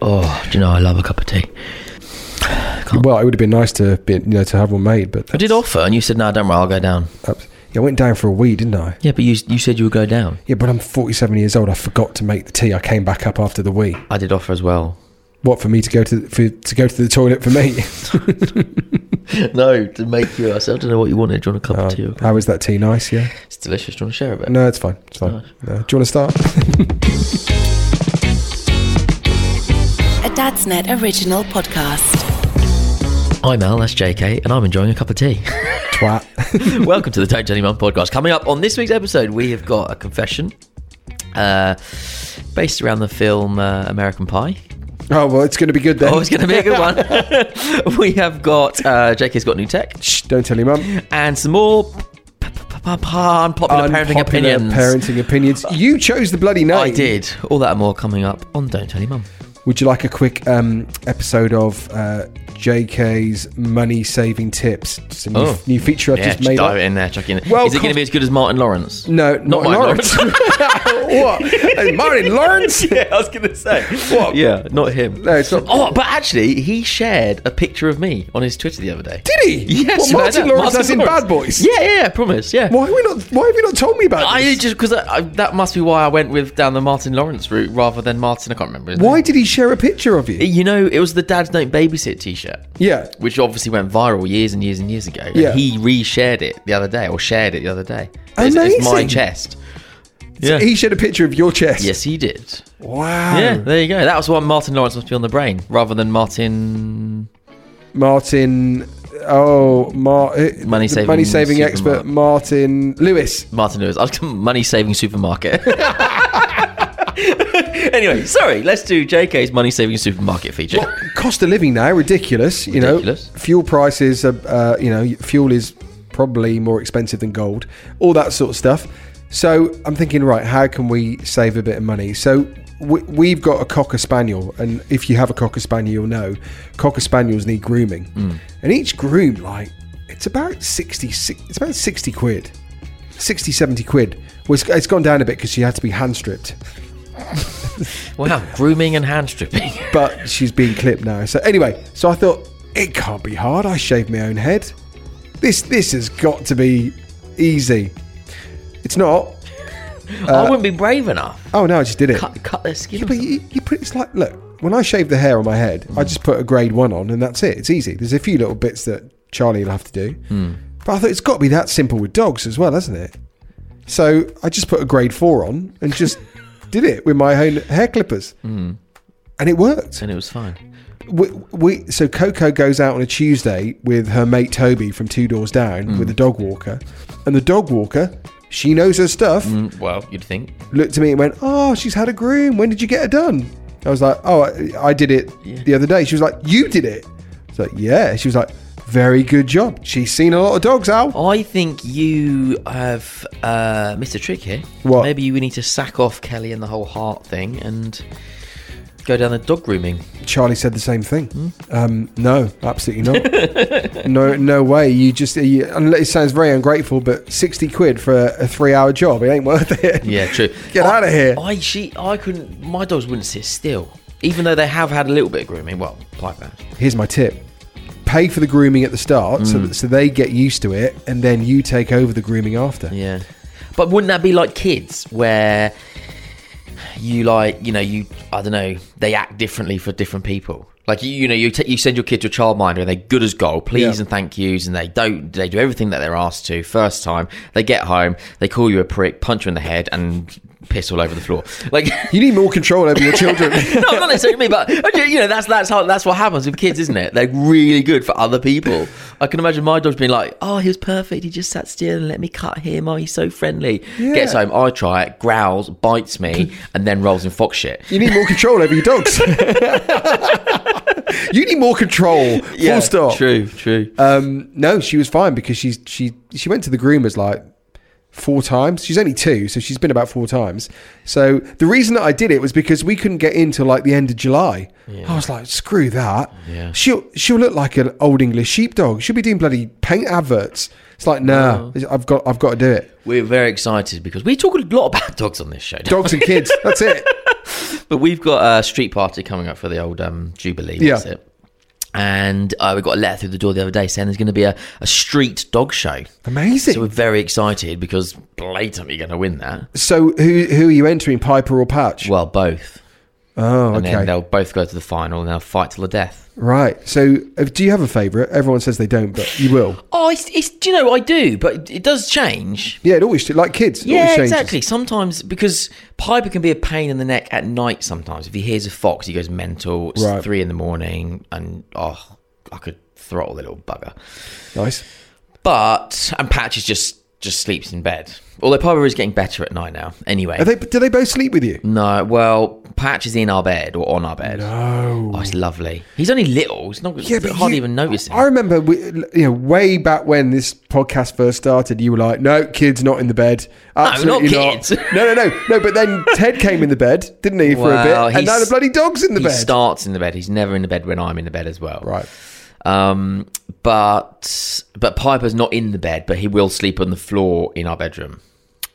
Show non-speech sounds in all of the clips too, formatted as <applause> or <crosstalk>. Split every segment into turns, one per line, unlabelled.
Oh, do you know I love a cup of tea. Can't-
Well, it would have been nice to be, you know to have one made, but
I did offer, and you said no. Don't worry, I'll go down.
that's- yeah, I went down for a wee, didn't I?
Yeah, but you you said you would go down.
Yeah, but I'm 47 years old. I forgot to make the tea. I came back up after the wee.
I did offer as well.
What for me to go to for, to go to the toilet
<laughs>
for me?
no, to make you. I said I don't know what you wanted. Do you want a cup
Uh,
of tea? Or
how is that tea nice? Yeah.
It's delicious. Do you want to share a bit?
No, it's fine. It's fine. No. Do you want to
<laughs>
start?
A Dadsnet original podcast.
I'm Al. That's JK, and I'm enjoying a cup of tea.
Twat. <laughs>
Welcome to the Don't Tell Anyone podcast. Coming up on this week's episode, we have got a confession uh, based around the film uh, American Pie.
Oh well, it's going to be good then.
Oh, it's going to be a good one. we have got uh, JK's got new tech
Shh, don't tell
<laughs>
your mum.
and some more p- p- p- p- unpopular parenting
Unpopular
opinions.
Parenting opinions. You chose the bloody name.
Oh, I did. All that and more coming up on Don't Tell Your Mum.
Would you like a quick um, episode of uh, JK's money saving tips? It's a new,
Oh.
new feature I've
Yeah,
just
just
made.
dive
up.
it in there, chuck it in.
Well,
Is it going
con-
to be as good as Martin Lawrence?
No, not,
Not Martin
Lawrence. <laughs> what? Hey, Martin
<laughs>
Lawrence?
yeah, I was going to say. What? Yeah, not him.
No, it's not-
Oh, but actually, he shared a picture of me on his Twitter the other day.
Did he?
Yes,
What,
you heard
Martin
that?
Lawrence as in Bad Boys?
Yeah, yeah, yeah, I promise. Yeah.
Why have we not? Why have you not told me about
I
this?
just because I, I, that must be why I went with down the Martin Lawrence route rather than Martin. I can't remember. His
Why did he share a picture of you?
name. You know, it was the Dad's Don't Babysit T-shirt,
Yeah.
which obviously went viral years and years and years ago. And
Yeah.
he re-shared it the other day, or shared it the other day. It's, it's my
Amazing.
chest.
So he Um, shared a picture of your chest.
Yes, he did.
Wow.
Yeah, there you go. That was why Martin Lawrence must be on the brain rather than Martin.
Martin. Oh, Mar- uh,
Money
the
saving
money saving
supermarket.
expert Martin Lewis.
Martin Lewis. I was money saving supermarket. <laughs> anyway, sorry. Let's do JK's money saving supermarket feature.
Cost of living now ridiculous. You
Ridiculous.
know, fuel prices. Are, uh, you know, fuel is probably more expensive than gold. All that sort of stuff. So I'm thinking, right? How can we save a bit of money? So. we- We've got a cocker spaniel, and if you have a cocker spaniel, you'll know cocker spaniels need grooming, and each groom, like, it's about sixty, it's about sixty quid, 60, 70 quid. Well, it's, it's gone down a bit because she had to be hand stripped.
Wow, grooming and hand stripping. <laughs>
but she's being clipped now. So anyway, so I thought it can't be hard. I shaved my own head. This this has got to be easy. It's not.
I wouldn't be brave enough.
Oh no, I just did it.
Cut, cut their skin.
Yeah,
or
but Uh, you, you put it's like look when I shave the hair on my head, I just put a grade one on and that's it. It's easy. There's a few little bits that Charlie will have to do, but I thought it's got to be that simple with dogs as well, hasn't it? So I just put a grade four on and just did it with my own hair clippers, and it worked.
something, and it was fine.
we, we so Coco goes out on a Tuesday with her mate Toby from two doors down with a dog walker, and the dog walker, she knows her stuff.
Well, you'd think.
Looked at me and went, "Oh, she's had a groom. When did you get her done?" I was like, "Oh, I, I did it the other day." She was like, "You did it?" I was like, "Yeah." She was like, "Very good job. She's seen a lot of dogs, Al."
I think you have uh, missed a trick here.
What?
Maybe you need to sack off Kelly and the whole heart thing and go down the dog grooming.
Charlie said the same thing. Um, no, absolutely not. no, no way. You just you, and it sounds very ungrateful, but sixty quid for a, a three-hour job, it ain't worth it. <laughs>
Yeah, true.
Get
I-
out of here.
I she I couldn't. My dogs wouldn't sit still, even though they have had a little bit of grooming. Well, like that.
Here's my tip: pay for the grooming at the start, so that, so they get used to it, and then you take over the grooming after.
Yeah. But wouldn't that be like kids, where you like you know you I don't know they act differently for different people. Like you, you know you t- you send your kid to a childminder and they're good as gold, please
Yeah.
and thank yous, and they don't they do everything that they're asked to. First time they get home, they call you a prick, punch you in the head, and piss all over the floor. Like <laughs>
You need more control over your children.
no, not necessarily me, but oh, you know that's that's how that's what happens with kids, isn't it? They're really good for other people. I can imagine my dog's being like, "Oh, he was perfect. He just sat still and let me cut him. Oh, he's so friendly." Gets home, I try it, growls, bites me, and then rolls in fox shit.
You need more control over your dogs. you need more control.
Yeah,
full stop.
True, true.
Um, no, she was fine because she's she she went to the groomers like four times. She's only two, so she's been about four times. So the reason that I did it was because we couldn't get in till like the end of July. I was like, screw that.
Yeah.
She'll she'll look like an old English sheepdog. She'll be doing bloody paint adverts. It's like,
Oh.
no, I've got I've got to do it.
We're very excited because we talk a lot about <laughs> dogs on this show, don't
Dogs
<laughs>
and kids. That's it.
But we've got a street party coming up for the old um, Jubilee.
Yeah.
That's it. And uh, we got a letter through the door the other day saying there's going to be a, a street dog show.
Amazing.
So we're very excited because blatantly going to win that.
So who who are you entering, Piper or Patch?
Well, both.
oh,
And
okay.
then they'll both go to the final and they'll fight till the death.
Right. So, uh, do you have a favourite? Everyone says they don't, but you will.
Oh, it's, it's, do you know, I do, but it, it does change.
Yeah, it always like kids. It always
Yeah,
changes.
exactly. Sometimes because Piper can be a pain in the neck at night. Sometimes if he hears a fox, he goes mental. It's
Right.
three in the morning, and oh, I could throttle the little bugger.
Nice.
But and Patch is just just sleeps in bed. Although Piper is getting better at night now. Anyway,
Are they? Do they both sleep with you?
no. Well, Patch is in our bed or on our bed. No, oh, it's lovely. He's only little. It's not. Yeah, but hardly
you-
even notice him.
I remember, we, you know, way back when this podcast first started, you were like, "No, kids not in the bed. Absolutely
kids." <laughs>
no, no, no, no." But then Ted came in the bed, didn't he, for
Well,
a bit? And now
he's-
the bloody dog's in the
he
bed.
starts in the bed. He's never in the bed when I'm in the bed as well.
right.
Um, but but Piper's not in the bed, but he will sleep on the floor in our bedroom.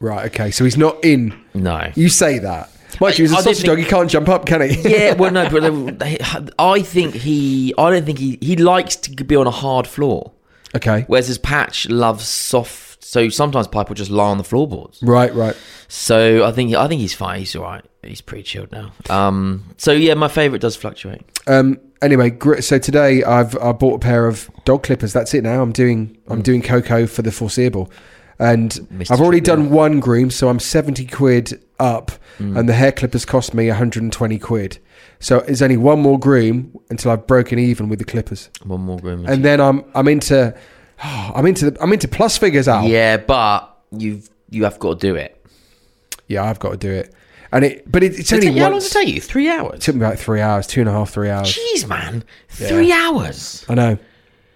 Right. Okay. So he's not in.
No.
You say that. Mind you, he's a
I- I did
sausage dog. He
think-
can't jump up, can he?
yeah, well, no, <laughs> but they- I think he. I don't think he. He likes to be on a hard floor,
<laughs> okay.
whereas his patch loves soft. So sometimes Piper will just lie on the floorboards.
Right. Right.
So I think I think he's fine. He's all right. He's pretty chilled now. Um. So yeah, my favorite does fluctuate.
Um, anyway, gr- so today I've I bought a pair of dog clippers. That's it now. I'm doing
Hmm.
I'm doing Coco for the foreseeable, and
Mr.
I've already
Trippier.
done one groom, so I'm seventy quid up,
Hmm.
and the hair clippers cost me one hundred and twenty quid. So it's only one more groom until I've broken even with the clippers,
One more groom.
and then I'm I'm into <sighs> I'm into the, I'm into plus figures out.
yeah, but you've you have got to do it.
Yeah, I've got to do it, and it but it, it's only
How long
once.
does it take you? Three hours.
It took me about three hours, two and a half, three hours.
Jeez, man, three hours.
I know.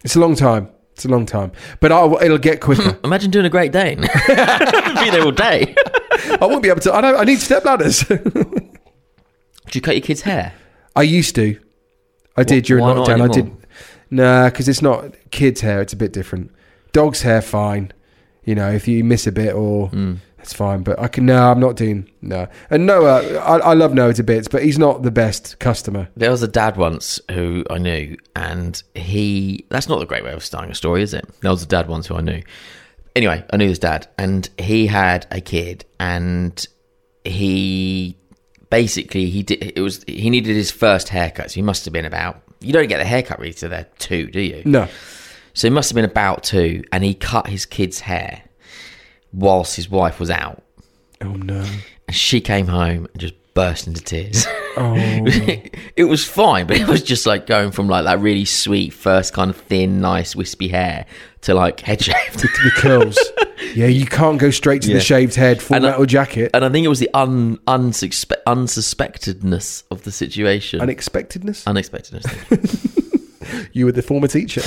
It's a long time. It's a long time, but I'll, it'll get
<laughs>
quicker.
Imagine doing a Great Dane. <laughs> Be there all day.
I won't be able to. I don't. I need step ladders.
Do you cut your kids' hair?
<laughs> I used to. I did during
why not
lockdown. I did.
anymore?
Nah, because it's not kids' hair. It's a bit different. Dogs' hair, fine. You know, if you miss a bit or
Hmm.
that's fine. But I can. No, I'm not doing. No. And Noah, I, I love Noah to bits, but he's not the best customer.
There was a dad once who I knew, and he. That's not the great way of starting a story, is it? There was a dad once who I knew. Anyway, I knew this dad, and he had a kid, and he basically he did it was he needed his first haircut so he must have been about you don't get the haircut really till they're two do you
No.
So he must have been about two, and he cut his kid's hair whilst his wife was out.
Oh no.
And she came home and just burst into tears. <laughs> it was fine, but it was just like going from like that really sweet first kind of thin, nice, wispy hair to like head shaved. <laughs>
The curls. yeah, you can't go straight to
Yeah.
the shaved head, full
And I-
metal jacket.
and I think it was the un, unsuspe- unsuspectedness of the situation.
Unexpectedness.
Unexpectedness. thank you.
You were the former teacher.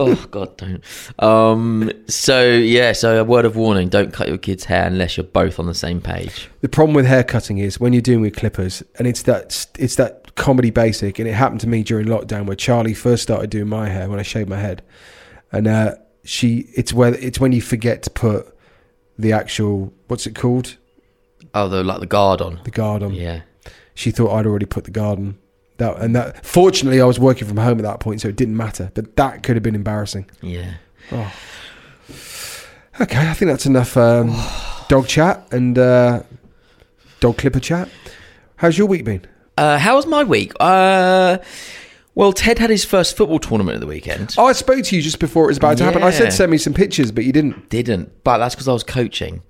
oh god don't um so yeah so a word of warning don't cut your kids hair unless you're both on the same page
The problem with haircutting is when you're doing with clippers, and it's that it's that comedy basic, and it happened to me during lockdown where Charlie first started doing my hair when I shaved my head, and uh, she it's where it's when you forget to put the actual what's it called
oh the like the guard on
the guard on.
yeah
She thought I'd already put the guard on. That and that. Fortunately, I was working from home at that point, so it didn't matter. But that could have been embarrassing.
yeah
Okay, I think that's enough um, dog chat and uh, Dog Clipper Chat. How's your week been?
Uh, how was my week? Uh, well, Ted had his first football tournament of the weekend.
Oh, I spoke to you just before it was about to happen. I
Yeah.
said send me some pictures, but you didn't.
Didn't, but that's because I was coaching,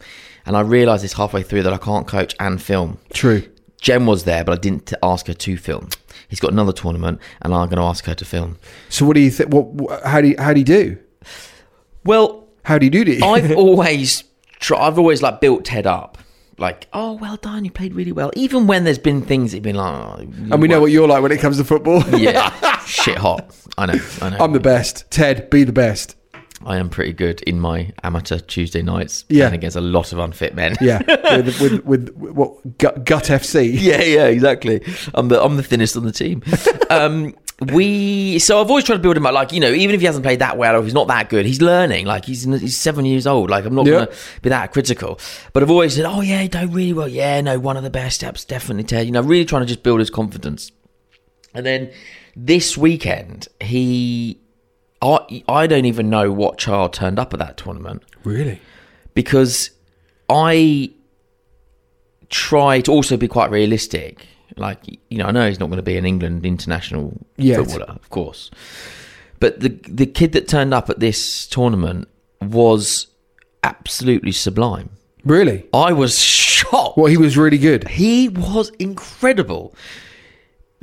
and I realised this halfway through that I can't coach and film.
True.
Jen was there, but I didn't t- ask her to film. He's got another tournament, and I'm going to ask her to film.
So what do you think? What? wh- How do you, how do you do?
<laughs> Well,
How do you do? it?
I've always try, I've always like built Ted up. Like, oh, well done, you played really well. Even when there's been things that have been like, oh,
<laughs> and we know what you're like when it comes to football.
<laughs> yeah, shit hot. I know, I know.
<laughs> I'm the best. Ted, be the best.
I am pretty good in my amateur Tuesday nights.
Yeah.
Yeah, against a lot of unfit men.
<laughs> Yeah, with, with, with, what gut, gut
<laughs>
FC?
yeah, yeah, exactly. I'm the I'm the thinnest on the team.
<laughs>
um, we so I've always tried to build him up. Like you know, even if he hasn't played that well or if he's not that good, he's learning. Like he's he's seven years old. Like I'm not
Yeah.
gonna be that critical. But I've always said, oh yeah, he done really well. Yeah, no, one of the best steps, definitely Ted. You know, really trying to just build his confidence. And then this weekend, he. I, I don't even know what child turned up at that tournament
Really?
because I try to also be quite realistic. Like you know, I know he's not going to be an England international
Yet.
footballer, of course. But the the kid that turned up at this tournament was absolutely sublime.
Really?
I was shocked.
Well, he was really good.
He was incredible.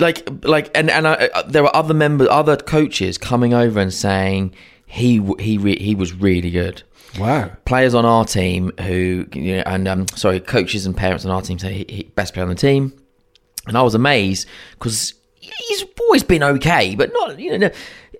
Like, like, and and I, uh, there were other members, other coaches coming over and saying he w- he re- he was really good
Wow.
players on our team who you know, and um, sorry coaches and parents on our team say he, he best player on the team and i was amazed because he's always been okay but not you know no-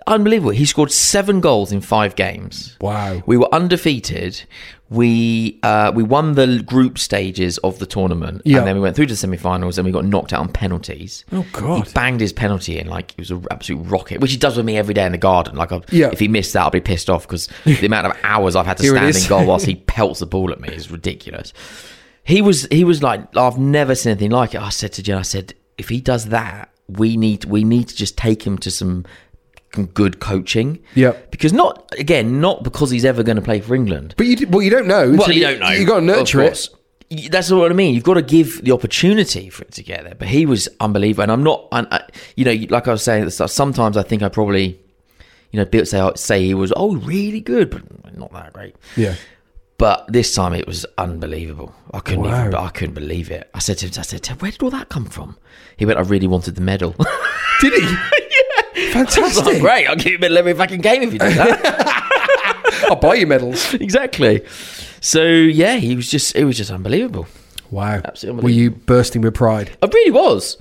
unbelievable he scored seven goals in five games
Wow.
we were undefeated we uh, we won the group stages of the tournament
Yeah.
and then we went through to the semi-finals and we got knocked out on penalties
Oh, God.
he banged his penalty in like it was an absolute rocket which he does with me every day in the garden like i
Yeah.
if he missed that i'll be pissed off because the amount of hours i've had to
Here it
standing
is.
goal whilst he pelts the ball at me is ridiculous. He was he was like I've never seen anything like it. I said to Jen, I said if he does that, we need we need to just take him to some some good coaching.
Yep.
Because not again, not because he's ever going to play for England.
But you d- well, you don't know.
Well,
until
you don't know.
You got to
of
nurture it.
course. Y- That's what I mean. You've got to give the opportunity for it to get there. But he was unbelievable, and I'm not. And I, you know, like I was saying at the start, sometimes I think I probably, you know, people say say he was oh really good, but not that great.
<laughs> Yeah.
But this time it was unbelievable. I couldn't
Wow.
even, I couldn't believe it. I said to him, I said, "Ted, where did all that come from? He went, I really wanted the medal. <laughs>
Did he? yeah.
I was like,
Fantastic.
great, I'll give you a medal every fucking game if you do
<laughs>
that.
I'll buy you medals.
exactly. So yeah, he was just it was just unbelievable.
Wow.
Absolutely
Were you bursting with pride?
I really was.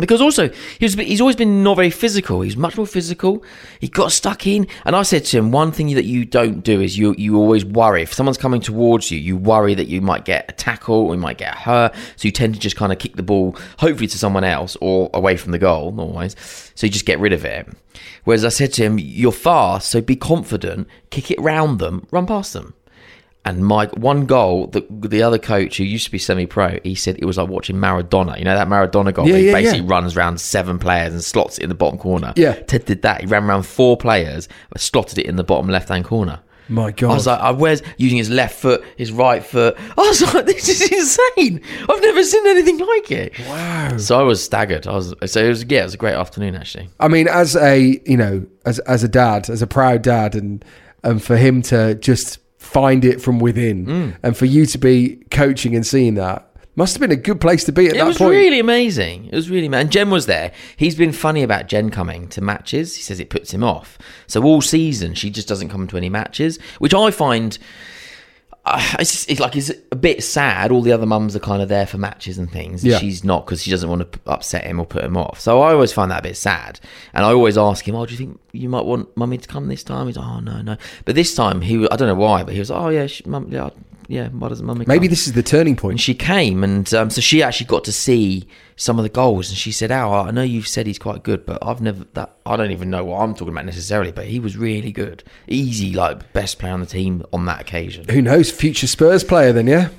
Because also he was, he's always been not very physical. He's much more physical. He got stuck in, and I said to him, one thing that you don't do is you you always worry if someone's coming towards you. You worry that you might get a tackle, or you might get hurt, so you tend to just kind of kick the ball, hopefully to someone else or away from the goal, not always. So you just get rid of it. Whereas I said to him, you're fast, so be confident, kick it round them, run past them. And my one goal, the the other coach who used to be semi-pro, he said it was like watching Maradona. You know that Maradona goal,
Yeah,
where he
yeah,
basically
yeah.
runs around seven players and slots it in the bottom corner.
Yeah.
Ted did that. He ran around four players, slotted it in the bottom left-hand corner.
My God.
I was like, I where's using his left foot, his right foot. <laughs> I was like, this is insane. I've never seen anything like it. Wow. So I was staggered. I was so it was yeah, it was a great afternoon actually.
I mean, as a you know, as as a dad, as a proud dad, and and for him to just find it from within,
Mm.
and for you to be coaching and seeing that must have been a good place to be at
It
that
was
point.
really amazing. It was really amazing. And Jen was there. He's been funny about Jen coming to matches. He says it puts him off. So all season she just doesn't come to any matches, which I find uh, it's, just, it's like it's a bit sad. All the other mums are kind of there for matches and things. and
Yeah.
She's not because she doesn't want to p- upset him or put him off. So I always find that a bit sad. And I always ask him, "Oh, do you think you might want mummy to come this time?" He's, "Oh no, no." But this time he, was- I don't know why, but he was, "Oh yeah, she, mum, yeah, yeah." Why doesn't mummy?
Maybe
come?
this is the turning
and
point.
she came and um, so she actually got to see some of the goals and she said oh i know you've said he's quite good but i've never that i don't even know what i'm talking about necessarily but he was really good easy like best player on the team on that occasion
Who knows? Future Spurs player, then yeah.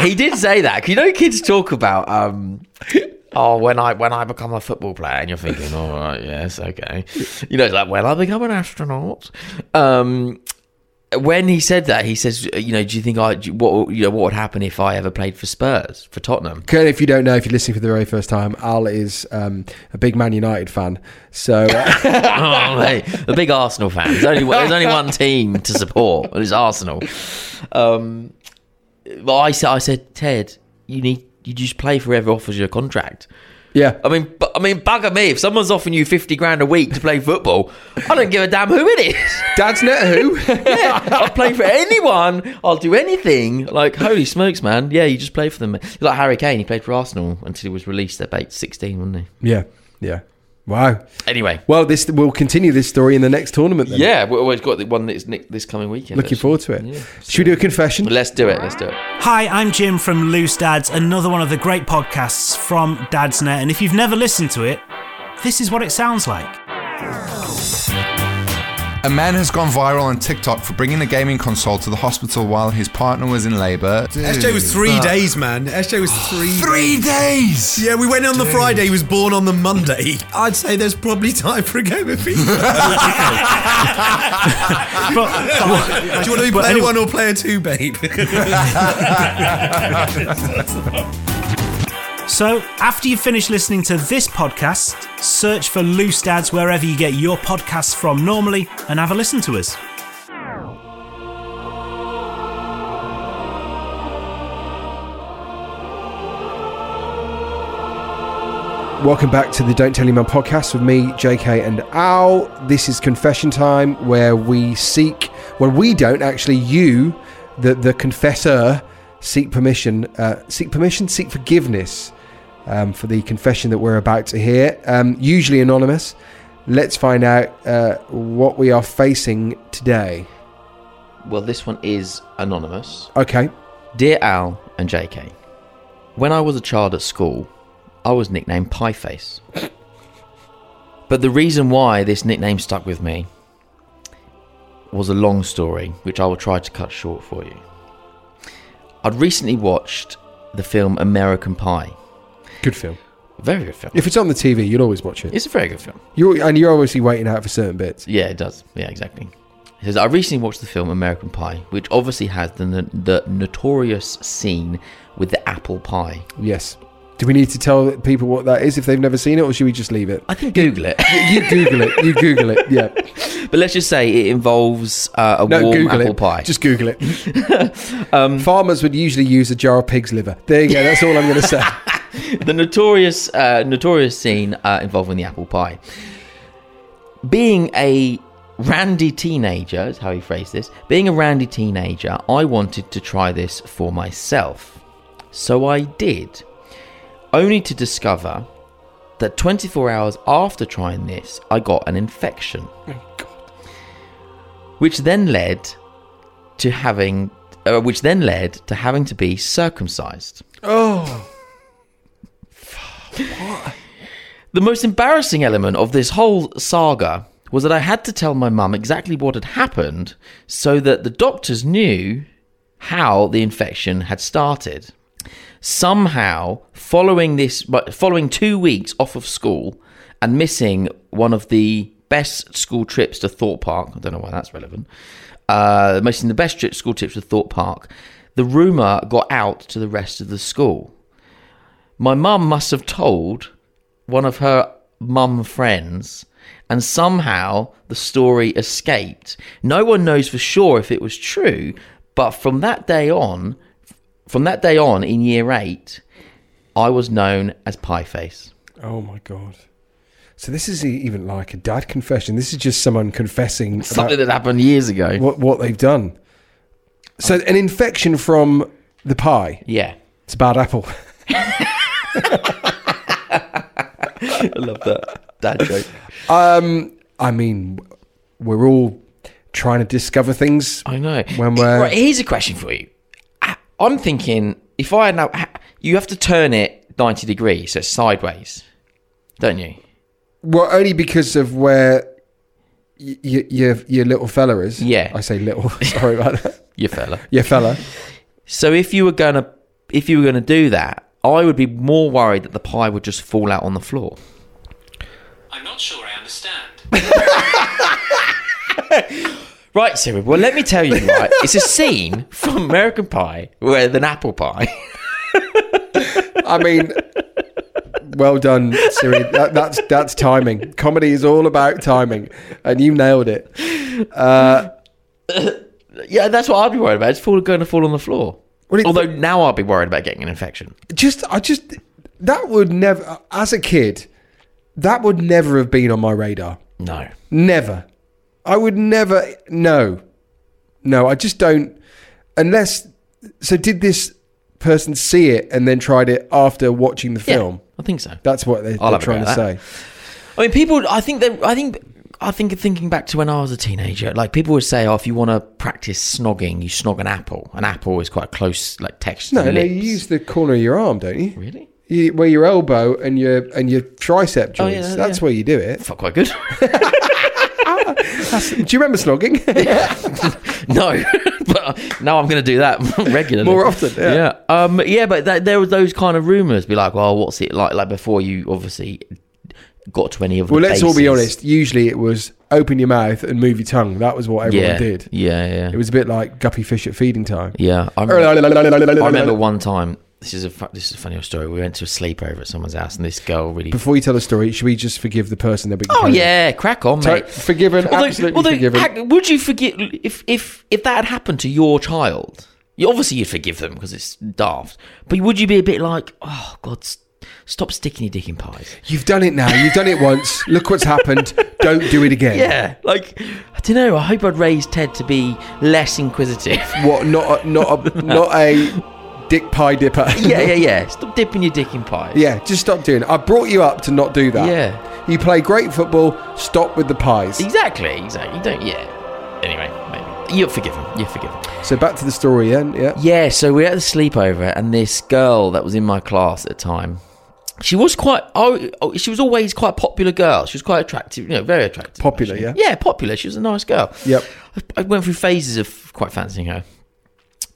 he did say that you know kids talk about um Oh, when I when I become a football player, and you're thinking, all right, yes, okay, you know, it's like when I become an astronaut. Um, when he said that, he says, you know, do you think I do- what you know what would happen if I ever played for Spurs for Tottenham?
Kurt, if you don't know, if you're listening for the very first time, Al is um, a big Man United fan. So
<laughs>
uh, <laughs>
oh, mate, a big Arsenal fan. There's only there's only one team to support, and it's Arsenal. Um, well, I said, I said, Ted, you need you just play for whoever offers you a contract.
yeah,
I mean, bu- I mean, bugger me. If someone's offering you fifty grand a week to play football, I don't give a damn who it is. <laughs>
Dad's net who?
yeah, I'll play for anyone. I'll do anything. Like, holy smokes, man. Yeah, you just play for them. It's Like Harry Kane, he played for Arsenal until he was released at about 16, wasn't
<laughs> yeah, yeah. Wow.
he? Anyway.
Well, this we'll continue this story in the next tournament. Then.
Yeah, we- we've got the one that's nick this coming weekend.
Looking
actually.
forward to it.
Yeah.
Should we do a confession?
Let's do it. Let's do it.
Hi, I'm Jim from Loose Dads, another one of the great podcasts from Dadsnet. And if you've never listened to it, this is what it sounds like.
A man has gone viral on TikTok for bringing a gaming console to the hospital while his partner was in labour.
SJ was three days, man.
<sighs>
SJ was three.
Mm. Three days!
Yeah, we went on the Friday. He was born on the Monday. I'd say there's probably time for a game
<laughs>
of FIFA.
But, but- <laughs>
Do you want to be
but
player
anyway-
one or player two, babe?
So, after you finish listening to this podcast, search for Loose Dads wherever you get your podcasts from normally and have a listen to us.
Welcome back to the Don't Tell Your Mum podcast with me, JK, and Al. This is confession time where we seek, well, we don't actually, you, the, the confessor, seek permission, uh, seek permission, seek forgiveness um, for the confession that we're about to hear. Um, usually anonymous. Let's find out uh, what we are facing today.
Well, this one is anonymous.
Okay.
Dear Al and JK, when I was a child at school, I was nicknamed Pie Face. But the reason why this nickname stuck with me was a long story, which I will try to cut short for you. I'd recently watched the film American Pie.
Good film.
Very good film.
If it's on the TV, you'll always watch it.
It's a very good film.
You're, and you're obviously waiting out for certain bits.
Yeah, it does. Yeah, exactly. It says, I recently watched the film American Pie, which obviously has the, the notorious scene with the apple pie.
Yes. Do we need to tell people what that is if they've never seen it, or should we just
<laughs>
leave it?
I think Google it.
you Google it. You Google it. Yeah.
<laughs> But let's just say it involves uh, a
No,
warm
Google
apple
it.
pie. Um,
Just Google
<laughs>
it. Farmers would usually use a jar of pig's liver. There you go. That's all I'm
<laughs>
going to say.
the notorious, uh, notorious scene uh, involving the apple pie. Being a randy teenager, is how he phrased this. Being a randy teenager, I wanted to try this for myself, so I did, only to discover that 24 hours after trying this, I got an infection. Which then led to having, uh, which then led to having to be circumcised. The most embarrassing element of this whole saga was that I had to tell my mum exactly what had happened so that the doctors knew how the infection had started. Somehow, following this, but following two weeks off of school and missing one of the best school trips to Thorpe Park, I don't know why that's relevant, uh, missing the best trip, school trips to Thorpe Park, the rumour got out to the rest of the school. My mum must have told one of her mum friends, and somehow the story escaped. No one knows for sure if it was true, but from that day on, from that day on in year eight, I was known as Pie Face.
Oh my god. So this is e- even like a dad confession. This is just someone confessing
Something
about
that happened years ago.
what what they've done. So an infection from the pie.
Yeah,
It's a bad apple. <laughs>
I love that dad joke.
Um, I mean, we're all trying to discover things.
<laughs> I know.
When we're
right, here's a question for you. I- I'm thinking if I had now, you have to turn it 90 degrees, so it's sideways, don't you?
Well, only because of where y- y- your your little fella is.
Yeah.
I say little. <laughs> Sorry about that.
You fella.
Your fella.
So if you were gonna if you were gonna do that, I would be more worried that the pie would just fall out on the floor.
I'm not sure I understand.
Right, Cyril. Well, let me tell you. <laughs> Right, it's a scene from American Pie where an apple pie.
I mean, well done, Siri. That, that's that's timing. Comedy is all about timing, and you nailed it.
<laughs> yeah, that's what I'd be worried about. It's fall, going to fall on the floor.
Well, it-
Although now I'll be worried about getting an infection.
Just, I just that would never. As a kid, that would never have been on my radar.
No.
Never. I would never. No. No, I just don't. Unless. So, did this person see it and then tried it after watching the film?
Yeah, I think so.
That's what they,
I'll
they're
have a go
trying to
at
say.
that. I mean, people. I think that. I think. I think thinking back to when I was a teenager, like people would say, "Oh, if you want to practice snogging, you snog an apple. An apple is quite close, like texture
No,
to the
no,
lips."
you use the corner of your arm, don't you?
really?
you, where your elbow and your and your tricep joints.
Oh, yeah,
that's
yeah.
where you
<laughs>
do it.
Fuck, quite good.
Do you remember snogging?
<laughs> no, <laughs> but now I'm going to do that <laughs> regularly,
More often, yeah.
yeah, um, yeah but that, there were those kind of rumors, be like, "Well, what's it like?" Like before you obviously got to any of.
well,
the
let's all be
bases.
honest. Usually, it was open your mouth and move your tongue. That was what everyone
Yeah,
did.
yeah, yeah.
It was a bit like guppy fish at feeding time.
Yeah, I
<laughs>
remember, I remember one time. This is a fu- this is a funny old story. We went to a sleepover at someone's house, and this girl really.
Before you tell the story, should we just forgive the person that we?
oh yeah, crack on,
So,
mate.
forgiven, absolutely forgiven.
heck, would you forgive if if if that had happened to your child? You obviously you'd forgive them because it's daft. But would you be a bit like, oh God, s- stop sticking your dick in pies?
You've done it now. You've done it once. Look what's happened. Don't do it again.
Yeah, like I don't know. I hope I'd raised Ted to be less inquisitive.
<laughs> What? Not a, not a, not a dick pie dipper.
<laughs> yeah, yeah, yeah. Stop dipping your dick in pies.
Yeah, just stop doing it. I brought you up to not do that.
Yeah.
You play great football, stop with the pies.
Exactly, exactly. You don't, yeah. Anyway, maybe. You're forgiven. You're forgiven.
So back to the story then, yeah.
Yeah, so we had a sleepover, and this girl that was in my class at the time, she was quite, oh, oh, she was always quite a popular girl. She was quite attractive, you know, very attractive.
Popular,
actually.
yeah?
Yeah, popular. She was a nice girl.
Yep.
I, I went through phases of quite fancying her.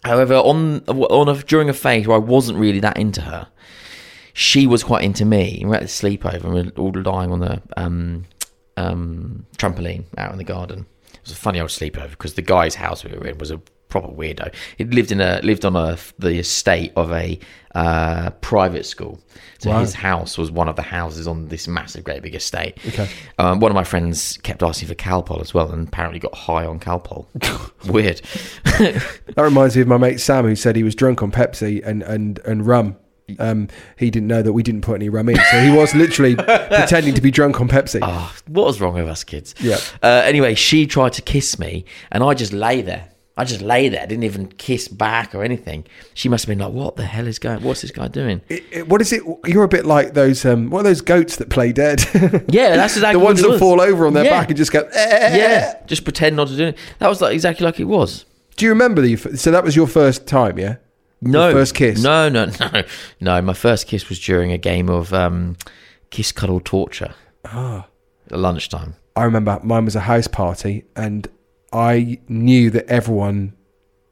However, on on a, during a phase where I wasn't really that into her, she was quite into me. We were at a sleepover and we were all lying on the um, um, trampoline out in the garden. It was a funny old sleepover because the guy's house we were in was a proper weirdo. He lived in a lived on a the estate of a uh, private school, so his house was one of the houses on this massive, great big estate. Okay. Um, one of my friends kept asking for Calpol as well, and apparently got high on Calpol. Weird.
That reminds me of my mate Sam who said he was drunk on Pepsi and and and rum. Um, he didn't know that we didn't put any rum in, so he
<laughs>
was literally pretending to be drunk on Pepsi.
Oh, what was wrong with us kids?
Yeah.
Uh, anyway, she tried to kiss me, and I just lay there. I just lay there. I didn't even kiss back or anything. She must have been like, "What the hell is going? What's this guy doing?"
It- it- what is it? You're a bit like those um, what are those goats that play dead?
Yeah, that's exactly
<laughs> the
what
ones
it
that
was.
fall over on their
Yeah.
back and just go. "Eh, eh, eh."
Yeah, just pretend not to do it. That was like exactly like it was.
Do you remember the? So that was your first time, yeah.
No
Your first kiss?
No, no, <laughs> no, no. My first kiss was during a game of um, kiss, cuddle, torture.
Ah.
At lunchtime.
I remember mine was a house party, and I knew that everyone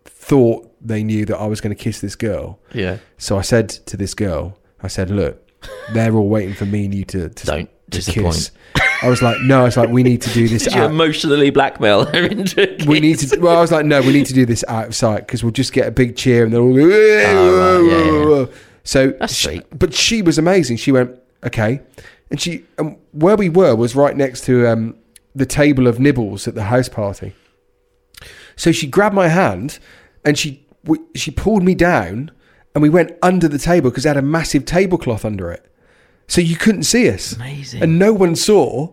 thought they knew that I was going to kiss this girl.
Yeah.
So I said to this girl, I said, "Look, they're all waiting for me and you to, to
Don't
to
disappoint.
kiss." I was like, "No, I was like, we need to
<laughs>
do this.
Did you
out.
emotionally blackmail her <laughs> into? a
uh, we need
kiss?
to." Well, I was like, "No, we need to do this out of sight because we'll just get a big cheer and they'll all." Go,
Oh, right, yeah,
"Whoa, whoa, whoa." So,
That's
she-
sweet.
but she was amazing. She went, "Okay," and she and where we were was right next to um, the table of nibbles at the house party. So she grabbed my hand and she we, she pulled me down and we went under the table because it had a massive tablecloth under it. So you couldn't see us.
Amazing.
And no one saw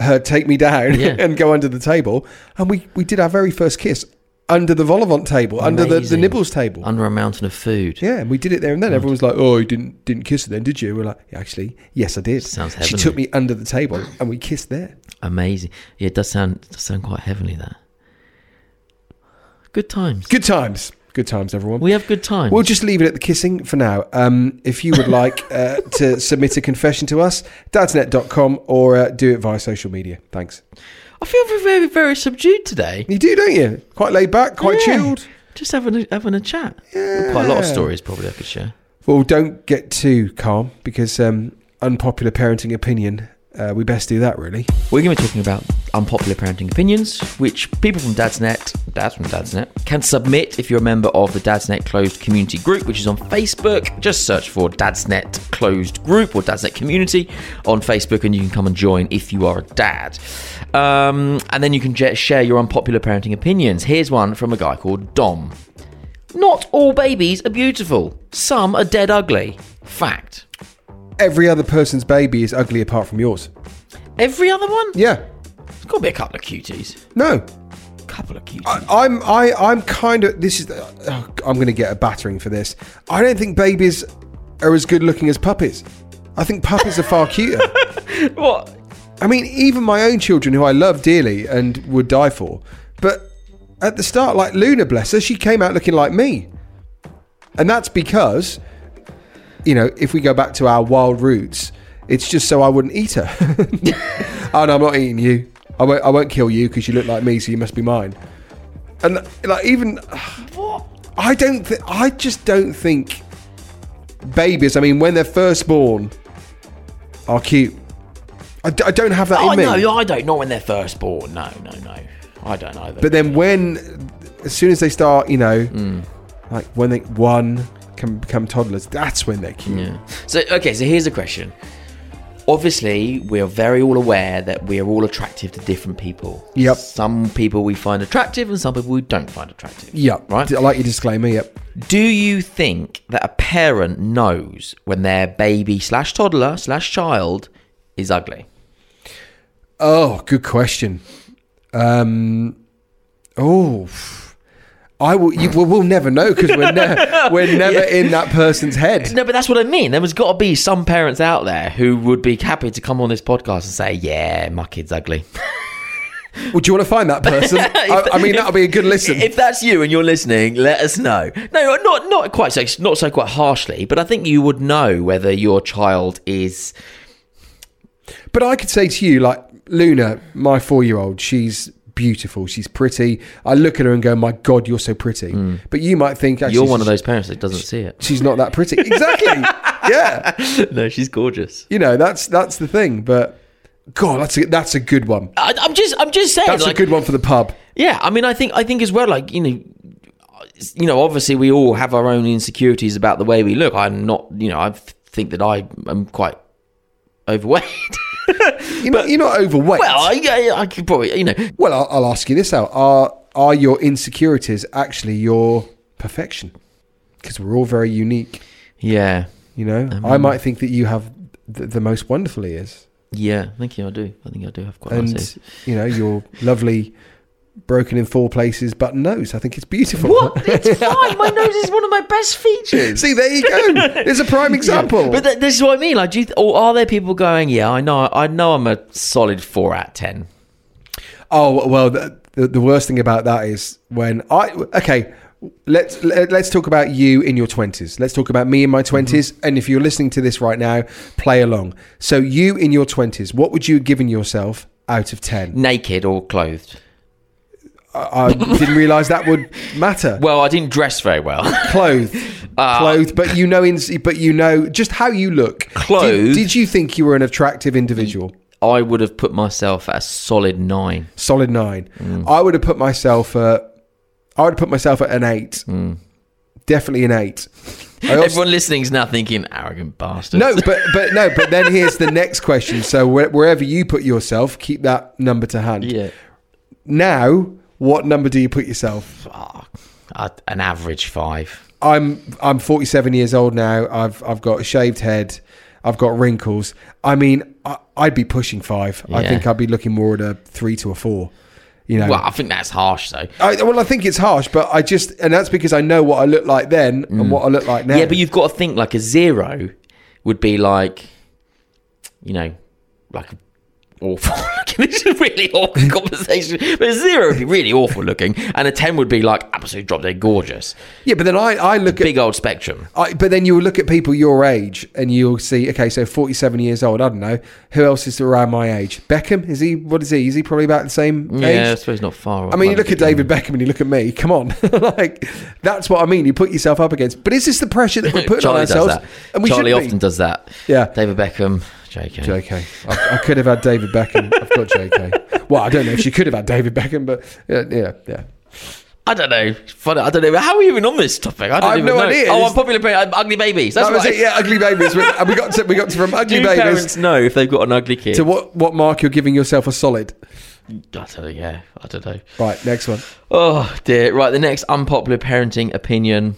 her take me down
Yeah.
<laughs> and go under the table. And we, we did our very first kiss under the volivant table, under the, the
Amazing.
nibbles table.
Under a mountain of food.
yeah, and we did it there and then. Everyone was like, "Oh, you didn't didn't kiss her then, did you?" We're like, "Actually, yes, I did."
Sounds
she
heavenly.
took me under the table and we kissed there.
Amazing. Yeah, it does sound it does sound quite heavenly. That. Good times.
Good times, good times, everyone.
We have good times.
We'll just leave it at the kissing for now. Um, if you would like uh, to submit a confession to us, dadsnet.com or uh, do it via social media. Thanks.
I feel very very, very subdued today.
You do, don't you? Quite laid back, quite
Yeah.
chilled.
Just having a, having a chat. Quite a lot of stories probably I could share.
Well, don't get too calm because um, unpopular parenting opinion, uh, we best do that really.
We're going to be talking about unpopular parenting opinions, which people from Dadsnet, Dads from Dadsnet, can submit if you're a member of the Dadsnet Closed Community Group, which is on Facebook. Just search for Dadsnet Closed Group or Dadsnet Community on Facebook, and you can come and join if you are a dad. Um, and then you can j- share your unpopular parenting opinions. Here's one from a guy called Dom. Not all babies are beautiful. Some are dead ugly. Fact.
Every other person's baby is ugly apart from yours.
Every other one?
Yeah.
There's got to be a couple of cuties.
No.
Couple of cuties.
I, I'm I I'm kind of this is oh, I'm going to get a battering for this. I don't think babies are as good looking as puppies. I think puppies are far cuter.
what?
I mean, even my own children, who I love dearly and would die for, but at the start, like Luna, bless her, she came out looking like me, and that's because, you know, if we go back to our wild roots, it's just so I wouldn't eat her. <laughs> oh no, I'm not eating you. I won't. I won't kill you because you look like me, so you must be mine. And like even, I don't. Th- I just don't think babies. I mean, when they're first born, are cute. I, d- I don't have that
Oh,
in me.
no, I don't. Not when they're first born. No, no, no. I don't either.
But then when, as soon as they start, you know,
Mm.
like when they one can become toddlers, that's when they're cute.
So okay, so here's a question. Obviously, we are very all aware that we are all attractive to different people.
Yep.
Some people we find attractive, and some people we don't find attractive.
Yep.
Right.
I like your disclaimer. Yep.
Do you think that a parent knows when their baby slash toddler slash child is ugly?
Oh, good question. Um, oh, I will. You, well, we'll never know because we're,
<laughs>
ne- we're never in that person's head.
No, but that's what I mean. There was got to be some parents out there who would be happy to come on this podcast and say, "Yeah, my kid's ugly."
Would you want to find that
<laughs>
person? I, I mean, that'll be a good listen.
If that's you and you're listening, let us know. No, uh, not not quite so not so quite harshly, but I think you would know whether your child is
But I could say to you, like Luna, my four-year-old, she's beautiful. She's pretty. I look at her and go, "My God, you're so pretty." But you might think actually,
Hmm. you're one of
she's-
those parents that doesn't see it.
<laughs> She's not that pretty. Exactly.
<laughs>
yeah.
no, she's gorgeous.
You know that's that's the thing. But God, that's a, that's a good one.
I, I'm just I'm just saying.
That's a
like,
good one for the pub.
Yeah, I mean, I think I think as well, like you know, you know, obviously we all have our own insecurities about the way we look. I'm not, you know, I think that I am quite overweight. <laughs>
You know, you're not overweight.
well, I, I, I could probably, you know,
Well, I'll, I'll ask you this out: Are are your insecurities actually your perfection? Because we're all very unique.
yeah,
You know, I might think that you have the, the most wonderful ears.
yeah. Thank you. I do. I think I do have quite. nice ears.
and you know your lovely broken in four places button nose. I think it's beautiful.
What? It's fine. My nose is one of my best features.
<laughs> See, there you go. It's
<laughs>
a prime example.
But th- this is what I mean. Like, do you th- or are there people going? Yeah, I know. I know. I'm a solid four out of ten.
oh well, the, the, the worst thing about that is when I okay. Let's let- let's talk about you in your twenties. Let's talk about me in my
Mm-hmm.
20s And if you're listening to this right now, play along. So you in your twenties, what would you have given yourself out of ten?
Naked or clothed.
I didn't realise that would matter.
Well, I didn't dress very well. <laughs>
clothed,
Uh,
clothed. But you know, in, but you know just how you look.
Clothed?
Did, did you think you were an attractive individual?
I would have put myself at a solid nine.
Solid nine.
Mm.
I would have put myself at. I would have put myself at an eight. Definitely an eight. I also-
Mm. Everyone listening's now thinking arrogant bastard.
no, but but no, but then here's the next question. So where, wherever you put yourself, keep that number to
<laughs>
hand.
yeah,
Now, what number do you put yourself?
Ah, I- an average five.
I'm I'm 47 years old now. I've I've got a shaved head. I've got wrinkles. I mean, I, I'd be pushing five. I
Yeah.
think I'd be looking more at a three to a four. You know,
Well, I think that's harsh though.
I, well, I think it's harsh, but I just and that's because I know what I look like then and what I look like now.
Mm. Yeah, but you've got to think like a zero would be like, you know, like awful <laughs> looking. It's a really
<laughs>
awful conversation. But a zero would be really awful looking, and a ten would be like absolutely drop dead gorgeous.
yeah, but then I I look at
Big old spectrum.
I, but then you will look at people your age and you'll see, okay, so 47 years old, I don't know. Who else is around my age? Beckham? Is he, what is he? Is he probably about the same
Yeah, I
age?
suppose not far.
I mean, you look at David Beckham and you look at me, come on. <laughs> like, that's what I mean. You put yourself up against. But is this the pressure that
<laughs>
we're putting
Charlie
on ourselves?
does that.
And we
Charlie
should be.
often does that.
Yeah.
David Beckham, JK.
JK. I, I could have had David Beckham. I've got JK. well, I don't know if she could have had David Beckham, but uh, yeah, yeah.
I don't know. Funny, I don't know. How are you even on this topic? I don't
I have
even
no
know.
idea.
Oh,
It's-
I'm popular. ba- I'm ugly babies. That's
that was
what
it. Yeah, ugly babies. We, and we got to we got to from ugly
Do
babies
parents know if they've got an ugly kid?
to what what mark you're giving yourself a solid.
I don't know. Yeah, I don't know.
Right, next one.
Oh dear. Right, the next unpopular parenting opinion.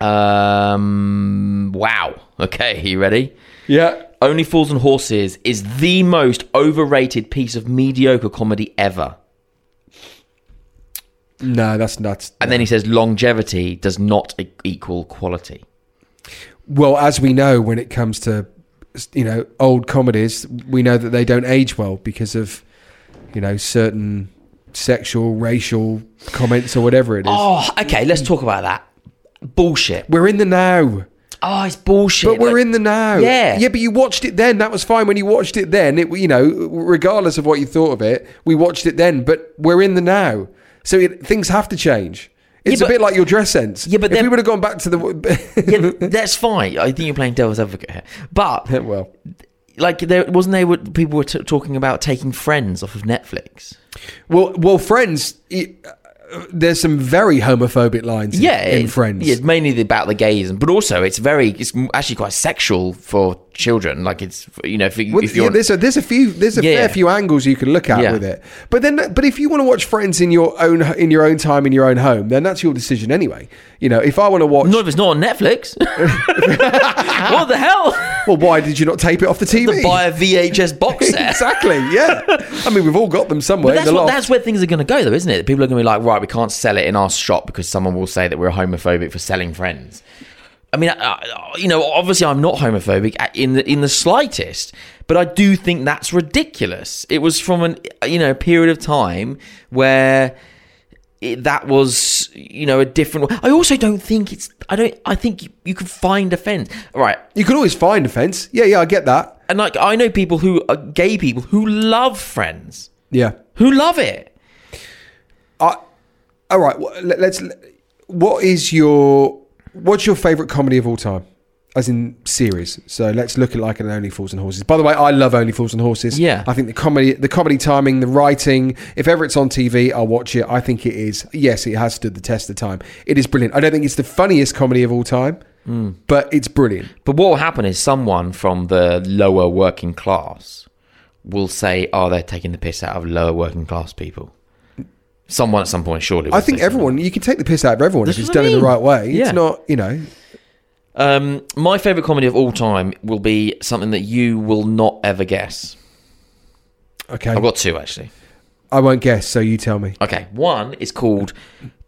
Um. Wow. Okay, you ready?
Yeah,
Only Fools and Horses is the most overrated piece of mediocre comedy ever.
no, that's nuts.
And then he says longevity does not e- equal quality.
Well, as we know, when it comes to you know old comedies, we know that they don't age well because of you know certain sexual, racial comments or whatever it is.
Oh, okay. Let's talk about that. Bullshit.
We're in the now,
Oh, it's bullshit.
but we're
Like-
in the now.
Yeah.
yeah. But you watched it then. That was fine when you watched it then. It you know, regardless of what you thought of it, we watched it then. But we're in the now, so it, things have to change. It's
Yeah,
a
but-
bit like your dress sense.
Yeah, but
if
then-
we would have gone back to the
yeah,
<laughs>
that's fine. I think you're playing devil's advocate here, but
well,
like there wasn't there what people were t- talking about taking Friends off of Netflix.
Well, well, Friends. It, uh, there's some very homophobic lines. in-
Yeah,
in,
it-
Friends.
yeah, it's mainly about the gays, and but also it's very it's m- actually quite sexual for children. Like it's you know if, you-
Well,
if
yeah,
you're
there's a there's a few there's a
Yeah.
fair few angles you can look at
Yeah.
with it. But then, but if you want to watch Friends in your own in your own time in your own home, then that's your decision anyway. You know, if I want
<laughs>
to watch,
not if it's not on Netflix. <laughs> what the
<laughs>
hell?
well, why did you not tape it off the TV?
To
<laughs>
buy a VHS box set.
exactly. Yeah. I mean, we've all got them somewhere.
But that's,
in the
what,
loft.
that's where things are going to go, though, isn't it? People are going to be like, right, we can't sell it in our shop because someone will say that we're homophobic for selling friends. I mean, I, I, you know, obviously I'm not homophobic uh, in the in the slightest, but I do think that's ridiculous. It was from an you know period of time where it, that was you know a different. I also don't think it's. I don't. I think you, you can find offence. All right,
you can always find offence. Yeah, yeah, I get that.
and like I know people who are gay people who love friends,
Yeah.
who love it.
All right. wh- let- Let's. What is your what's your favorite comedy of all time, as in series? So let's look at like an Only Fools and Horses. By the way, I love Only Fools and Horses.
Yeah.
I think the comedy, the comedy timing, the writing. If ever it's on TV, I'll watch it. I think it is. Yes, it has stood the test of time. It is brilliant. I don't think it's the funniest comedy of all time,
Hmm.
but it's brilliant.
But what will happen is someone from the lower working class will say, "Oh, they're taking the piss out of lower working class people." Someone at some point, surely. will
I think
say something.
everyone you can take the piss out of everyone
That's
if it's
what I
done in the
mean.
right way.
Yeah.
It's not, you know.
Um, my favorite comedy of all time will be something that you will not ever guess.
Okay,
I've got two actually.
I won't guess. So you tell me.
Okay, one is called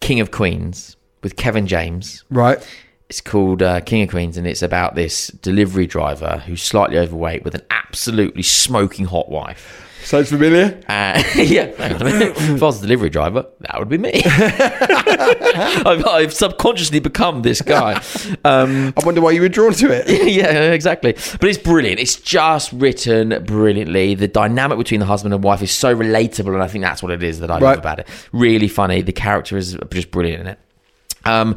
King of Queens with Kevin James.
Right.
It's called uh, King of Queens, and it's about this delivery driver who's slightly overweight with an absolutely smoking hot wife.
Sounds familiar.
Uh, <laughs> yeah, hang on a minute. if I was a delivery driver, that would be me. <laughs> I've, I've subconsciously become this guy. Um, <laughs>
I wonder why you were drawn to it.
yeah, exactly. But it's brilliant. It's just written brilliantly. The dynamic between the husband and wife is so relatable, and I think that's what it is that I
Right.
love about it. Really funny. The character is just brilliant in it. Um,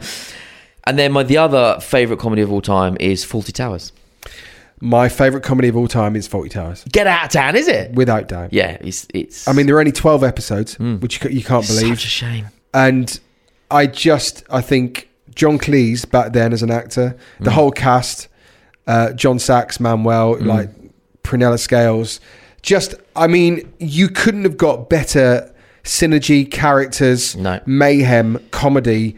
and then my the other favorite comedy of all time is Faulty Towers.
My favourite comedy of all time is Faulty Towers,
Get out of town, is it?
without doubt.
Yeah, it's it's.
I mean, there are only 12 episodes, which you, ca- you can't
such a
believe.
shame.
and I just, I think John Cleese back then as an actor,
Mm.
the whole cast, uh, John Sachs, Manuel, like Prunella Scales, just, I mean, you couldn't have got better synergy, characters,
No.
mayhem, comedy.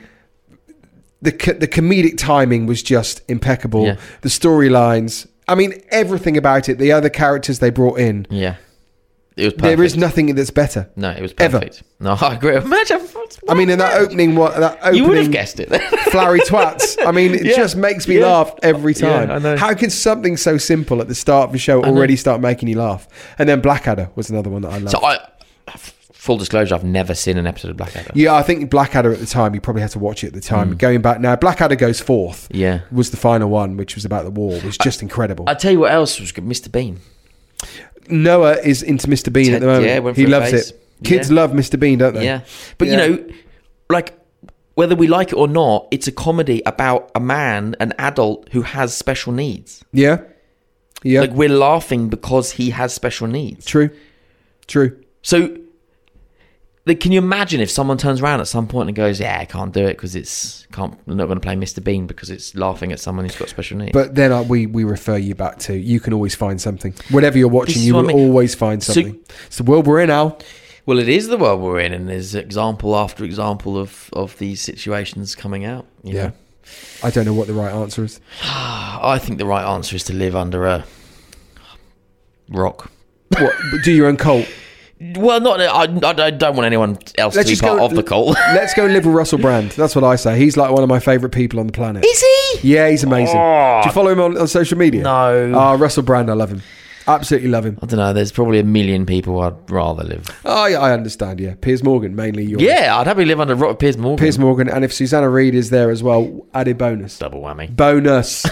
The, co- the comedic timing was just impeccable.
Yeah.
The storylines, I mean, everything about it, the other characters they brought in.
Yeah, it was. Perfect.
There is nothing that's better.
No, it was
Ever.
perfect. No, <laughs> I agree. Imagine.
I mean, in that opening, what that opening,
you would have guessed it. <laughs>
Flowery twats. I mean, it
Yeah.
just makes me
Yeah.
laugh every
Yeah,
time.
I know.
How can something so simple at the start of a show already start making you laugh? And then Blackadder was another one that I love.
so I, full disclosure, I've never seen an episode of Blackadder.
yeah, I think Blackadder at the time, you probably had to watch it at the time. Going back now, Blackadder goes fourth.
Hmm. Yeah.
was the final one, which was about the war. It was just incredible.
I tell you what else was good, Mr. Bean.
Noah is into Mr. Bean at the
Yeah,
moment.
went for
he
a
loves
face.
it. Kids
Yeah.
love Mr. Bean, don't they?
Yeah, but
Yeah.
you know, like whether we like it or not, it's a comedy about a man, an adult who has special needs.
yeah, yeah.
Like we're laughing because he has special needs.
True, true.
So, like, can you imagine if someone turns around at some point and goes, "Yeah, I can't do it because it's can't. I'm not going to play Mr. Bean because it's laughing at someone who's got special needs."
But then uh, we we refer you back to you can always find something. Whatever you're watching,
is
you
what
will
I mean.
always find
So-
something. it's the world we're in, Al.
well, it is the world we're in, and there's example after example of of these situations coming out. You
Yeah.
know?
I don't know what the right answer is.
I think the right answer is to live under a rock.
What, <laughs> do your own cult.
Well, not. I, I, I don't want anyone else
Let's
to be
just
part
go-
of the
<laughs>
cult. <laughs>
Let's go and live with Russell Brand. That's what I say. He's like one of my favourite people on the planet. Is he? Yeah, he's amazing. Do you follow him on, on social media?
Oh. No.
Ah, Russell Brand, I love him. Absolutely love him.
I don't know. There's probably a million people I'd rather live.
Oh, yeah, I understand, yeah. Piers Morgan, mainly your
Yeah, I'd happily live under a rock with Piers Morgan.
Piers Morgan, and if Susanna Reid is there as well, added bonus.
Double whammy.
Bonus.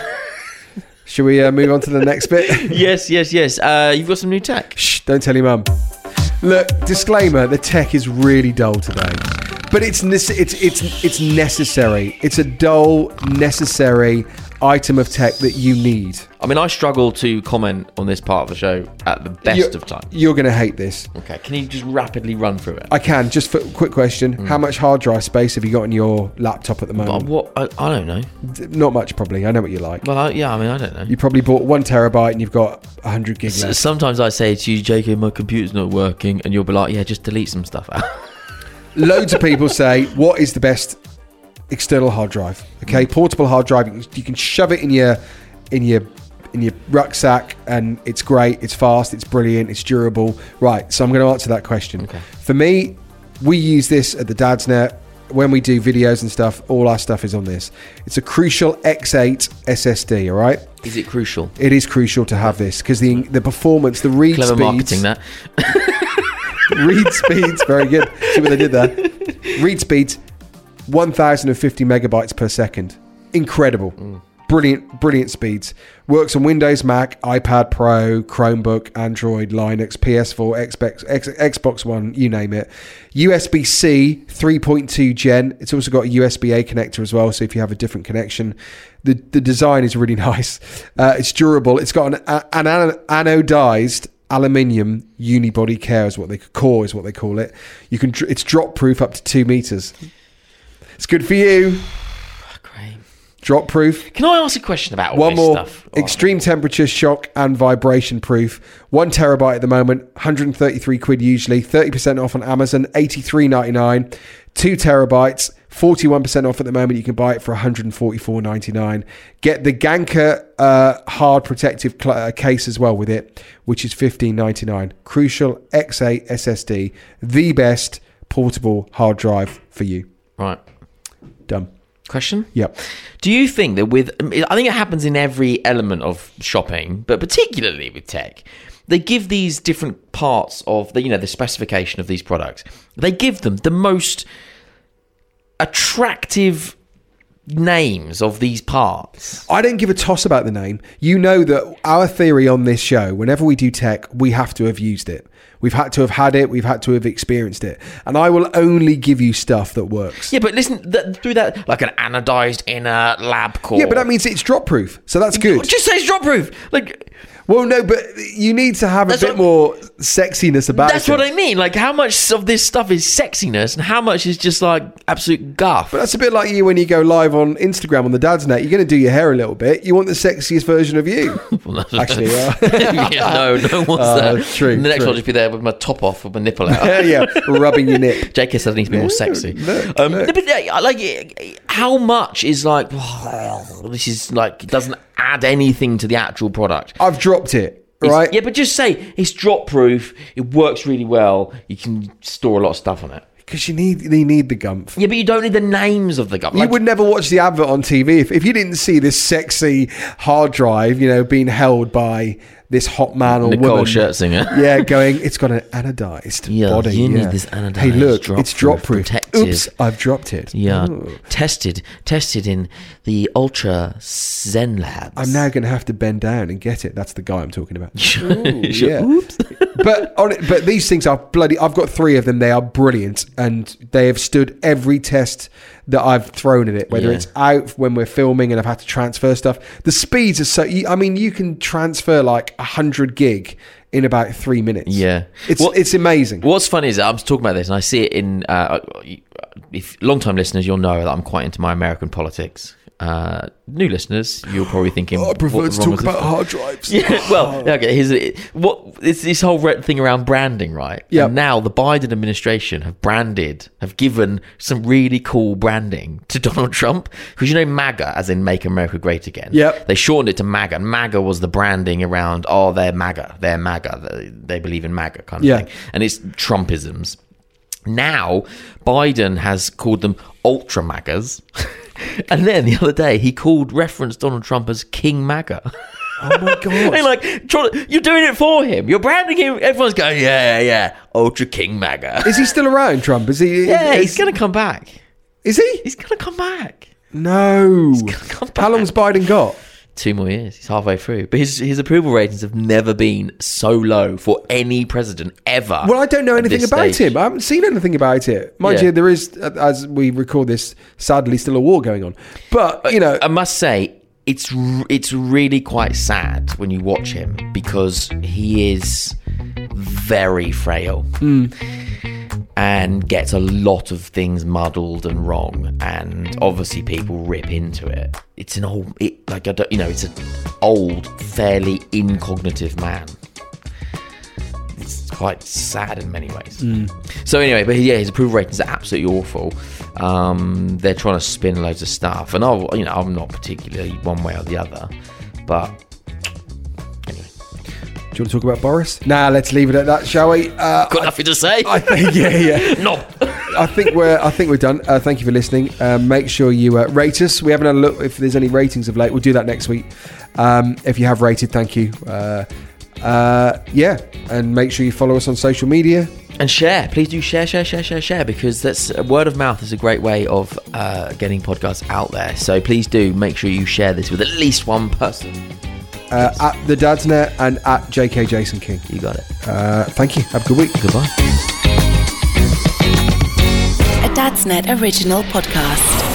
Should we uh, move on to the next
<laughs>
bit?
yes, yes, yes. Uh, you've got some new tech.
Shh, don't tell your mum. Look, disclaimer: the tech is really dull today, but it's nece- it's it's it's necessary. It's a dull, necessary item of tech that you need.
I mean, I struggle to comment on this part of the show at the best
You're-
of times.
You're going to hate this.
Okay, can you just rapidly run through it?
I can just for quick question:
Mm.
How much hard drive space have you got on your laptop at the
But
moment?
Uh, what? I, I don't know.
Not much, probably. I know what you like.
Well, I, yeah, I mean, I don't know.
You probably bought one terabyte and you've got hundred gig
S-
left.
Sometimes I say to you, JK, my computer's not working, and you'll be like, yeah, just delete some stuff out.
loads of people say, "What is the best external hard drive?" Okay,
Mm.
portable hard drive. You can, you can shove it in your in your in your rucksack, and it's great. It's fast. It's brilliant. It's durable. Right. So I'm going to answer that question. For me, we use this at the Dad's Net. When we do videos and stuff, all our stuff is on this. It's a Crucial X8 SSD. All right,
<laughs> Is it crucial?
it is crucial to have this because the the performance, the read
Clever
speeds,
marketing that.
<laughs> read speeds very good see what they did there read speeds 1050 megabytes per second incredible brilliant brilliant speeds works on windows mac ipad pro chromebook android linux ps4 xbox, X, xbox one you name it usb-c 3.2 gen it's also got a usb-a connector as well so if you have a different connection the, the design is really <laughs> nice uh, it's durable it's got an, an an- anodized aluminium unibody care is what they core is what they call it. You can dr- it's drop proof up to two meters. It's good for you.
Great.
Drop proof.
Can I ask a question about all
One
this
more
stuff? Oh,
extreme temperature shock and vibration proof. One terabyte at the moment. 133 quid usually. 30% off on Amazon. 83.99. Two terabytes. 41% off at the moment. You can buy it for 144.99. Get the Ganker uh, hard protective cl- uh, case as well with it, which is 15.99. Crucial X8 SSD, the best portable hard drive for you.
Right.
Done.
Question?
Yep.
Do you think that with, I think it happens in every element of shopping, but particularly with tech, they give these different parts of the, you know, the specification of these products. They give them the most attractive names of these parts.
I don't give a toss about the name. You know that our theory on this show, whenever we do tech, we have to have used it. We've had to have had it. We've had to have experienced it. And I will only give you stuff that works.
Yeah, but listen, th- through that, like an anodized inner lab core.
Yeah, but that means it's drop proof. So that's good.
Just say it's drop proof. Like,
Well, no, but you need to have a
That's
bit
what-
more sexiness about
That's
it.
what I mean. Like, how much of this stuff is sexiness and how much is just like absolute guff? <laughs>
But that's a bit like you when you go live on Instagram on the dad's net. You're going to do your hair a little bit. You want the sexiest version
<laughs>
of you. Actually, yeah. <laughs>
yeah, no, no one's
Uh,
there.
true,
The next
true.
one will just be there with my top off, with my nipple out.
<laughs> yeah, yeah. Rubbing your nip.
J.K. said I need to be more sexy.
look,
um,
look.
no, But yeah, I like, it. how much is like this is like it doesn't add anything to the actual product.
I've dropped it,
It's-
Oh, right?
Yeah, but just say it's drop proof. It works really well. You can store a lot of stuff on it.
Because you need, you need the gumph.
Yeah, but you don't need the names of the gum.
you would never watch the advert on TV if, if you didn't see this sexy hard drive, you know, being held by this hot man or
Nicole
woman.
Scherzinger.
<laughs> Yeah, going. It's got an anodized
Yeah,
body.
you need
yeah.
this anodized
Hey, look,
drop
it's drop
proof,
proof.
protective.
Oops, I've dropped it.
Yeah,
Ooh.
tested tested in the Ultra Zen Labs.
I'm now going to have to bend down and get it. That's the guy I'm
<laughs>
talking about. Ooh,
Sure.
<laughs> yeah. but on it, but these things are bloody. I've got three of them. They are brilliant, and they have stood every test that I've thrown at it. Whether
Yeah.
it's out when we're filming and I've had to transfer stuff, the speeds are so. you- I mean, you can transfer like hundred gig in about three minutes.
Yeah.
it's
Well-
it's amazing.
What's funny is that I'm talking about this, and I see it in. Uh, if long-time listeners, you'll know that I'm quite into my American politics. Uh, new listeners, you're probably thinking,
Oh, I prefer
what's
to
wrong
talk
with
about
this?
hard drives.
<laughs> Yeah, well,
Oh.
okay. Here's a, what it's this whole red thing around branding, right?
Yeah.
And Now the Biden administration have branded, have given some really cool branding to <laughs> Donald Trump because you know MAGA, as in Make America Great Again.
Yep.
They shortened it to MAGA. and MAGA was the branding around, oh, they're MAGA, they're MAGA, they, they believe in MAGA kind of
Yeah.
thing, and it's Trumpisms. Now, Biden has called them ultra MAGAs. <laughs> and then the other day, he called referenced Donald Trump as King MAGA. <laughs>
Oh my
And
god!
like, trying to- you're doing it for him. You're branding him. Everyone's going, yeah, yeah, yeah. Ultra King MAGA.
is he still around, Trump? Is he?
yeah,
is,
he's going to come back.
Is he?
<laughs> He's going to come back.
No.
come
How long's Biden got?
Two more years. He's halfway through. But his, his approval ratings have never been so low for any president ever.
Well, I don't know
at
anything
this
about
stage.
him. I haven't seen anything about it. Mind
Yeah.
you, there is, uh, as we record this, sadly, still a war going on. But you know,
I must say, it's r- it's really quite sad when you watch him because he is very frail and gets a lot of things muddled and wrong, and obviously people rip into it. It's an old, it, like I don't, you know, it's an old, fairly incognitive man. It's quite sad in many ways. Mm. So anyway, but yeah, his approval ratings are absolutely awful. Um, they're trying to spin loads of stuff, and I, you know, I'm not particularly one way or the other, but
do you want to talk about Boris? Nah, let's leave it at that, shall we? Uh, <laughs>
got nothing to <laughs> say.
I think, yeah, yeah.
no.
I think we're, I think we're done. Uh, thank you for listening. Uh, make sure you uh, rate us. We haven't had a look if there's any ratings of late. We'll do that next week. Um, if you have rated, thank you. Uh, uh, yeah, and make sure you follow us on social media.
and share, please do share, share, share, share, share, because that's uh, word of mouth is a great way of uh, getting podcasts out there. So please do make sure you share this with at least one person.
uh, at the Dad's Net and at JK Jason King.
You got it.
Uh, thank you. Have a good week.
Goodbye.
A Dad's Net original podcast.